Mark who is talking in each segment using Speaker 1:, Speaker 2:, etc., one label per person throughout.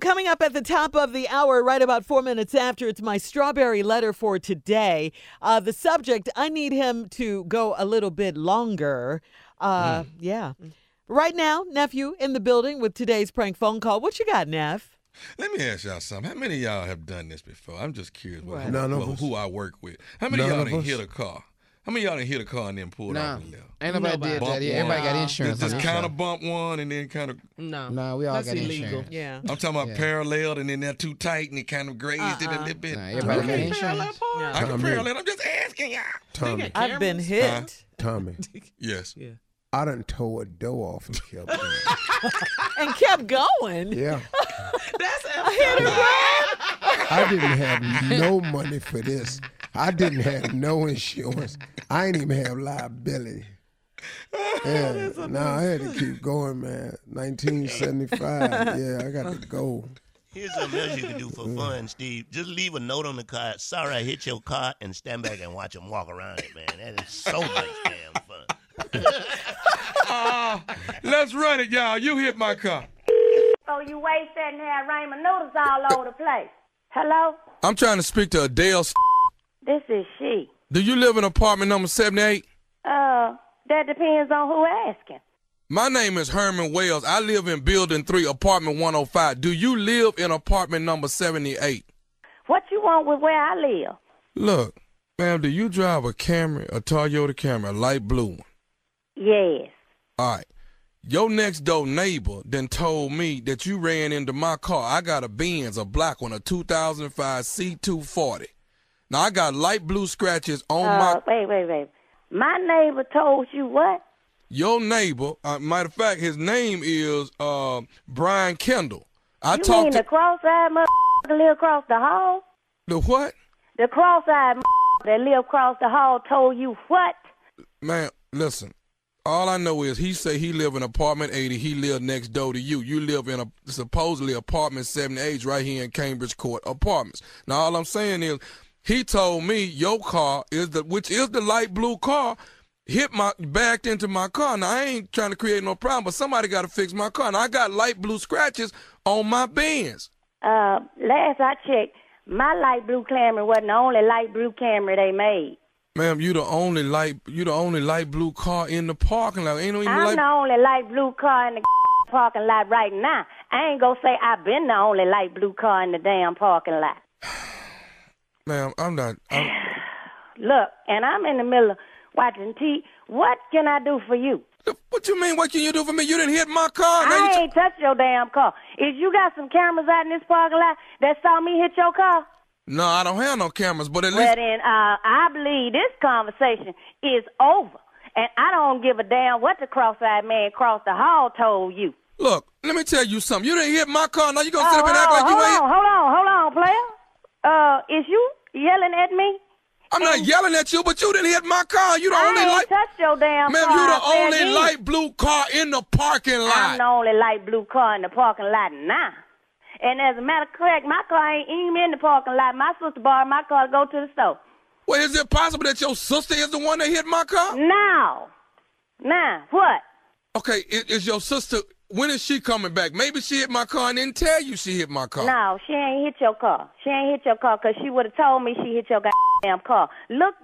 Speaker 1: Coming up at the top of the hour, right about four minutes after, it's my strawberry letter for today. Uh, the subject, I need him to go a little bit longer. Uh,
Speaker 2: Hmm.
Speaker 1: Yeah. Right now, nephew in the building with today's prank phone call. What you got, Neff?
Speaker 3: Let me ask y'all something. How many of y'all have done this before? I'm just curious what,
Speaker 1: Right.
Speaker 3: who,
Speaker 4: None of
Speaker 3: who-
Speaker 4: us.
Speaker 3: who I work with. How many
Speaker 4: None
Speaker 3: of
Speaker 4: of
Speaker 3: y'all done
Speaker 4: us.
Speaker 3: hit a car? How many of y'all done hit a car and then pulled
Speaker 5: Nah,
Speaker 3: off and left?
Speaker 5: ain't nobody,
Speaker 2: Nobody.
Speaker 5: did
Speaker 3: Bump
Speaker 5: that. Yeah, Everybody
Speaker 3: one.
Speaker 5: got insurance.
Speaker 3: Just,
Speaker 5: on
Speaker 3: just
Speaker 5: their
Speaker 3: kind
Speaker 5: stuff.
Speaker 3: of bump one and then kind of.
Speaker 2: No.
Speaker 5: Nah, we all
Speaker 2: That's
Speaker 5: got
Speaker 2: illegal.
Speaker 5: insurance.
Speaker 1: Yeah.
Speaker 3: I'm talking about
Speaker 5: Yeah.
Speaker 3: paralleled and then they're too tight and it kind of grazed it a
Speaker 1: Uh-uh.
Speaker 3: little bit.
Speaker 5: Nah,
Speaker 3: I
Speaker 5: everybody got
Speaker 2: Okay,
Speaker 5: insurance.
Speaker 2: No.
Speaker 3: can
Speaker 4: Tommy.
Speaker 3: parallel. I'm just asking y'all.
Speaker 4: Tommy,
Speaker 1: I've been
Speaker 2: Cameras?
Speaker 1: hit.
Speaker 3: Huh?
Speaker 4: Tommy,
Speaker 3: Yes.
Speaker 4: I done tore a door off and kept it.
Speaker 1: and kept going.
Speaker 4: Yeah,
Speaker 2: That's
Speaker 4: I didn't have no money for this. I didn't have no insurance. I ain't even have liability. Yeah, no, I had to keep going, man. 1975. Yeah, I got to go.
Speaker 6: Here's something else you can do for fun, Steve. Just leave a note on the car. Sorry I hit your car and stand back and watch them walk around it, man. That is so much damn fun.
Speaker 3: Let's run it, y'all. You hit my car.
Speaker 7: So you wait sitting there and Raymond noodles all over the place. Hello?
Speaker 3: I'm trying to speak to Adele.
Speaker 7: This is she.
Speaker 3: Do you live in apartment number 78?
Speaker 7: Uh, that depends on who asking.
Speaker 3: My name is Herman Wells. I live in building 3, apartment 105. Do you live in apartment number 78?
Speaker 7: What you want with where I live?
Speaker 3: Look, ma'am, do you drive a Camry, a Toyota Camry, a light blue one?
Speaker 7: Yes.
Speaker 3: All right. Your next door neighbor then told me that you ran into my car. I got a Benz, a black one, a 2005 C240. Now I got light blue scratches on
Speaker 7: Uh,
Speaker 3: my.
Speaker 7: wait, wait, wait. My neighbor told you what?
Speaker 3: Your neighbor, uh, matter of fact, his name is uh, Brian Kendall. I
Speaker 7: you
Speaker 3: talked
Speaker 7: mean
Speaker 3: to
Speaker 7: the cross-eyed mother that live across the hall?
Speaker 3: the what?
Speaker 7: The cross-eyed mother that live across the hall told you what?
Speaker 3: Man, listen. All I know is he say he live in apartment 80. He live next door to you. You live in a supposedly apartment 78 right here in Cambridge Court Apartments. Now all I'm saying is he told me your car is the which is the light blue car hit my backed into my car. Now I ain't trying to create no problem, but somebody got to fix my car. And I got light blue scratches on my Benz.
Speaker 7: Uh, last I checked, my light blue camera wasn't the only light blue camera they made.
Speaker 3: Ma'am, you the only light you the only light blue car in the parking lot. Ain't no even
Speaker 7: I'm
Speaker 3: light
Speaker 7: the only light blue car in the parking lot right now. I ain't gonna say I've been the only light blue car in the damn parking lot.
Speaker 3: ma'am, I'm not I'm,
Speaker 7: Look, and I'm in the middle of watching T. What can I do for you?
Speaker 3: The- What you mean? What can you do for me? You didn't hit my car. Now you
Speaker 7: I
Speaker 3: t-
Speaker 7: ain't touched your damn car. If you got some cameras out in this parking lot that saw me hit your car,
Speaker 3: no, I don't have no cameras, but at
Speaker 7: well
Speaker 3: least
Speaker 7: then, uh, I believe this conversation is over. And I don't give a damn what the cross-eyed man across the hall told you.
Speaker 3: look. Let me tell you something. You didn't hit my car. Now you gonna sit
Speaker 7: Oh,
Speaker 3: up and act
Speaker 7: hold
Speaker 3: like you
Speaker 7: on,
Speaker 3: ain't.
Speaker 7: hold on, hold on, hold on, player. Uh, is you yelling at me?
Speaker 3: I'm not yelling at you, but you didn't hit my car. You the
Speaker 7: I
Speaker 3: only
Speaker 7: ain't
Speaker 3: light,
Speaker 7: touched your damn
Speaker 3: ma'am.
Speaker 7: car.
Speaker 3: You
Speaker 7: I
Speaker 3: the
Speaker 7: said
Speaker 3: only
Speaker 7: you.
Speaker 3: light blue car in the parking
Speaker 7: I'm
Speaker 3: lot.
Speaker 7: the only light blue car in the parking lot now. And as a matter of fact, my car ain't even in the parking lot. My sister borrowed my car to go to the store.
Speaker 3: Well, is it possible that your sister is the one that hit my car?
Speaker 7: Mm. Now, now, what?
Speaker 3: Okay, is, is your sister? When is she coming back? Maybe she hit my car and didn't tell you she hit my car.
Speaker 7: No, she ain't hit your car. She ain't hit your car 'cause she would have told me she hit your goddamn car. Look,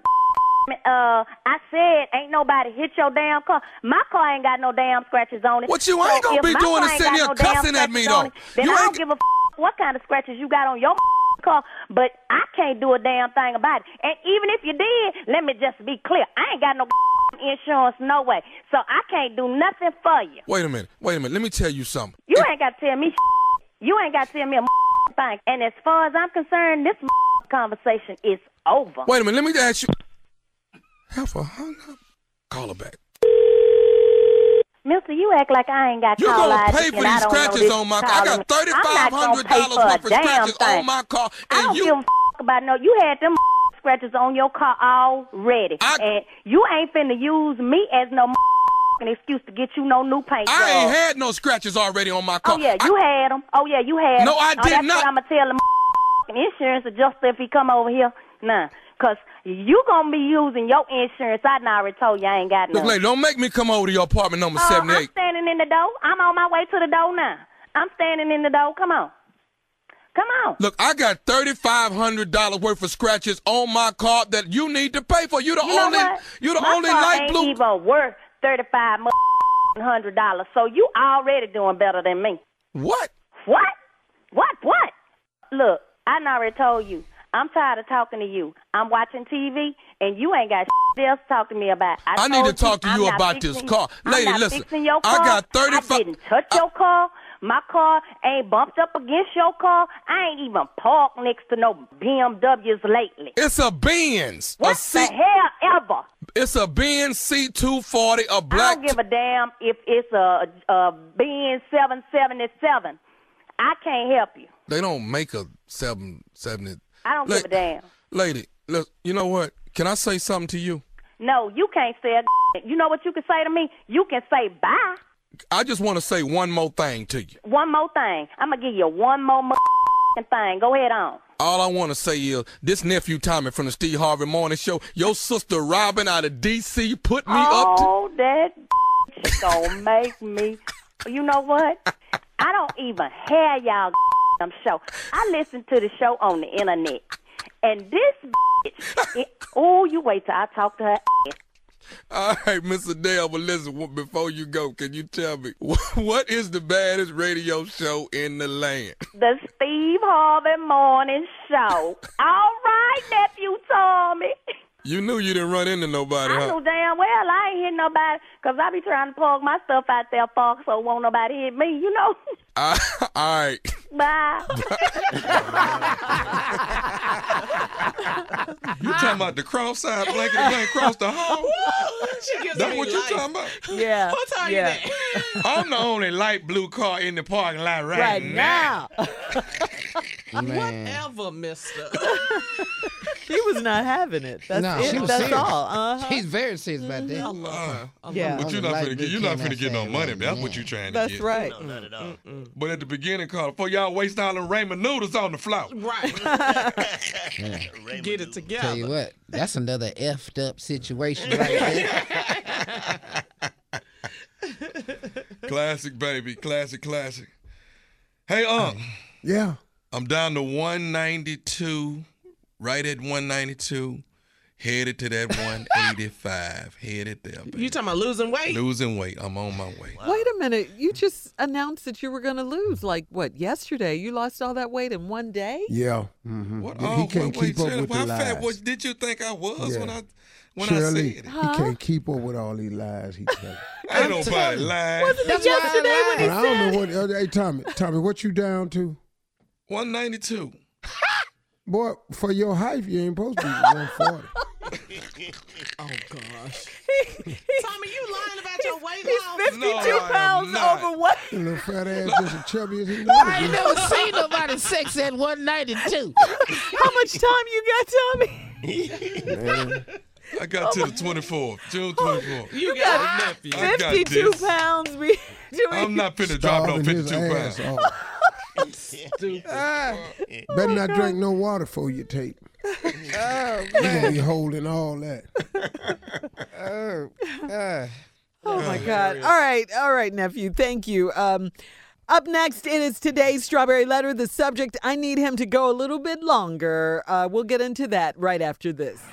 Speaker 7: uh, I said ain't nobody hit your damn car. My car ain't got no damn scratches on it.
Speaker 3: What you ain't
Speaker 7: So
Speaker 3: gonna
Speaker 7: if
Speaker 3: be
Speaker 7: my
Speaker 3: doing
Speaker 7: car
Speaker 3: is
Speaker 7: ain't
Speaker 3: sitting
Speaker 7: got
Speaker 3: here
Speaker 7: no damn
Speaker 3: cussing at me,
Speaker 7: scratches on
Speaker 3: though.
Speaker 7: it, Then
Speaker 3: You
Speaker 7: I
Speaker 3: ain't
Speaker 7: don't
Speaker 3: g-
Speaker 7: give a f- what kind of scratches you got on your car, but I can't do a damn thing about it. And even if you did, let me just be clear. I ain't got no insurance, no way. So I can't do nothing for you.
Speaker 3: Wait a minute. Wait a minute. Let me tell you something.
Speaker 7: You ain't got to tell me. You ain't got to tell me a thing. And as far as I'm concerned, this conversation is over.
Speaker 3: Wait a minute. Let me ask you. Heifer hung up. Call her back.
Speaker 7: Mister, you act like I ain't got
Speaker 3: You
Speaker 7: call
Speaker 3: gonna
Speaker 7: ID
Speaker 3: pay
Speaker 7: and
Speaker 3: for
Speaker 7: I
Speaker 3: these
Speaker 7: don't know
Speaker 3: scratches
Speaker 7: this
Speaker 3: on my car? I got
Speaker 7: calling.
Speaker 3: thirty
Speaker 7: I'm
Speaker 3: five
Speaker 7: not gonna
Speaker 3: hundred dollars
Speaker 7: pay
Speaker 3: worth
Speaker 7: for
Speaker 3: of
Speaker 7: a damn
Speaker 3: scratches
Speaker 7: thing.
Speaker 3: on my car,
Speaker 7: I
Speaker 3: and
Speaker 7: don't give a
Speaker 3: you.
Speaker 7: f- about no. You had them scratches on your car already,
Speaker 3: I-
Speaker 7: and you ain't finna use me as no excuse to get you no new paint
Speaker 3: I
Speaker 7: job.
Speaker 3: ain't had no scratches already on my car.
Speaker 7: Oh yeah,
Speaker 3: I-
Speaker 7: you had 'em. Oh yeah, you had 'em.
Speaker 3: No, I
Speaker 7: oh,
Speaker 3: did
Speaker 7: that's
Speaker 3: not.
Speaker 7: What I'm gonna tell the insurance adjuster if he come over here. Nah, cause you gonna be using your insurance. I done already told you I ain't got
Speaker 3: Look,
Speaker 7: none.
Speaker 3: lady, don't make me come over to your apartment number
Speaker 7: Uh,
Speaker 3: seventy
Speaker 7: I'm
Speaker 3: eight.
Speaker 7: standing in the door. I'm on my way to the door now. I'm standing in the door. Come on. Come on.
Speaker 3: Look, I got thirty five hundred dollars worth of scratches on my car that you need to pay for. You the
Speaker 7: You know
Speaker 3: only
Speaker 7: what?
Speaker 3: you the
Speaker 7: My
Speaker 3: only
Speaker 7: car
Speaker 3: light
Speaker 7: ain't
Speaker 3: blue.
Speaker 7: even worth thirty five hundred dollars. So you already doing better than me.
Speaker 3: What?
Speaker 7: What? What? What? Look, I done already told you. I'm tired of talking to you. I'm watching TV, and you ain't got shit else to talk to me about. I,
Speaker 3: I need
Speaker 7: told
Speaker 3: to talk to
Speaker 7: I'm
Speaker 3: you
Speaker 7: not
Speaker 3: about
Speaker 7: fixing-
Speaker 3: this car.
Speaker 7: I'm
Speaker 3: Lady,
Speaker 7: not
Speaker 3: listen,
Speaker 7: fixing your
Speaker 3: I
Speaker 7: car.
Speaker 3: got 35
Speaker 7: I didn't touch your car. My car ain't bumped up against your car. I ain't even parked next to no BMWs lately.
Speaker 3: It's a Benz.
Speaker 7: What
Speaker 3: a C,
Speaker 7: the hell ever?
Speaker 3: It's a Benz C two forty. A
Speaker 7: I
Speaker 3: black.
Speaker 7: don't give a damn if it's a, a Benz 777. I can't help you.
Speaker 3: they don't make a seven seventy.
Speaker 7: I don't give
Speaker 3: La-
Speaker 7: a damn.
Speaker 3: Lady, look. You know what? Can I say something to you?
Speaker 7: No, you can't say a You know what you can say to me? You can say bye.
Speaker 3: I just want to say one more thing to you.
Speaker 7: One more thing. I'm going to give you one more motherfucking thing. Go ahead on.
Speaker 3: All I want to say is this nephew Tommy from the Steve Harvey Morning Show. Your sister Robin out of D.C. put me up. To-
Speaker 7: oh, that is gonna make me. You know what? I don't even hear y'all damn show. I listen to the show on the internet, and this bitch. It, oh, you wait till I talk to her. ass.
Speaker 3: All right, Mr. Dale, but listen, w- before you go, can you tell me wh- what is the baddest radio show in the land?
Speaker 7: The Steve Harvey Morning Show. All right, nephew Tommy.
Speaker 3: You knew you didn't run into nobody,
Speaker 7: I
Speaker 3: huh?
Speaker 7: knew damn well I ain't hit nobody, 'cause I be trying to plug my stuff out there, folks, so won't nobody hit me, you know?
Speaker 3: Ah, all right.
Speaker 7: Bye.
Speaker 3: You talking about the cross-eyed blanket that ain't across the hall?
Speaker 5: she gives
Speaker 3: That's
Speaker 5: me
Speaker 3: what you
Speaker 5: life.
Speaker 3: talking about?
Speaker 1: Yeah.
Speaker 5: I'll tell
Speaker 1: yeah.
Speaker 5: you that.
Speaker 3: I'm the only light blue car in the parking lot right,
Speaker 1: Right now.
Speaker 2: Man.
Speaker 5: Whatever, mister.
Speaker 1: she was not having it. That's
Speaker 2: No,
Speaker 1: it.
Speaker 2: she was
Speaker 1: That's
Speaker 2: serious.
Speaker 1: all. Uh-huh.
Speaker 2: She's very serious about that.
Speaker 5: I love her. I love
Speaker 1: Yeah.
Speaker 5: her.
Speaker 3: Uh, But you're not
Speaker 2: Uh-huh. Light
Speaker 3: finna
Speaker 2: blue
Speaker 3: get you're not
Speaker 2: can't
Speaker 3: finna get no
Speaker 2: outside,
Speaker 3: money.
Speaker 2: man.
Speaker 3: That's what you trying to
Speaker 1: That's
Speaker 3: get.
Speaker 1: right.
Speaker 6: No, not at all.
Speaker 3: But at the beginning, Carter, before y'all waste all them Raymond noodles on the floor.
Speaker 5: Right.
Speaker 6: Raymond
Speaker 5: Get
Speaker 6: Duke.
Speaker 5: it
Speaker 2: Tell you
Speaker 5: together.
Speaker 2: what, that's another effed up situation right there.
Speaker 3: Classic, baby. Classic, classic. Hey, um,
Speaker 4: Yeah.
Speaker 3: I'm down to 192, right at 192, headed to that 185, headed there. Baby.
Speaker 5: You talking about losing weight?
Speaker 3: Losing weight. I'm on my way.
Speaker 1: Wait a minute. You just announced that you were going to lose, like, what, yesterday? You lost all that weight in one day?
Speaker 4: Yeah. hmm
Speaker 3: Oh, What?
Speaker 4: he can't
Speaker 3: wait,
Speaker 4: keep up
Speaker 3: Shirley,
Speaker 4: with
Speaker 3: how
Speaker 4: the lies.
Speaker 3: fat was, did you think I was
Speaker 4: Yeah.
Speaker 3: when I when
Speaker 4: Shirley,
Speaker 3: I said it?
Speaker 4: he can't keep up with all these lies he telling.
Speaker 3: Ain't nobody lying.
Speaker 2: That's
Speaker 1: yesterday when
Speaker 2: why I lied.
Speaker 4: and I don't know what. uh, Hey, Tommy, Tommy, what you down to?
Speaker 3: 192.
Speaker 4: Boy, for your height, you ain't supposed to be 140.
Speaker 5: Tommy, you lying about your weight loss?
Speaker 1: 52
Speaker 3: No, I am
Speaker 1: pounds
Speaker 3: not.
Speaker 1: overweight.
Speaker 4: Your little fat ass just as chubby as he
Speaker 2: I ain't
Speaker 4: knows.
Speaker 2: never seen nobody sex at 192.
Speaker 1: How much time you got, Tommy?
Speaker 3: I
Speaker 4: Oh
Speaker 3: got to the 24th, June 24th.
Speaker 5: You got a nephew.
Speaker 3: I got
Speaker 1: 52
Speaker 3: this.
Speaker 1: pounds. We doing.
Speaker 3: I'm not finna drop no
Speaker 4: Starving
Speaker 3: 52
Speaker 4: his
Speaker 3: pounds.
Speaker 4: ass off. Better not drink no water before you take.
Speaker 2: Oh,
Speaker 4: You gonna be holding all that.
Speaker 2: uh,
Speaker 1: Oh my God! All right, all right, nephew. Thank you. Um, up next, it is today's strawberry letter. The subject: I need him to go a little bit longer. Uh, we'll get into that right after this.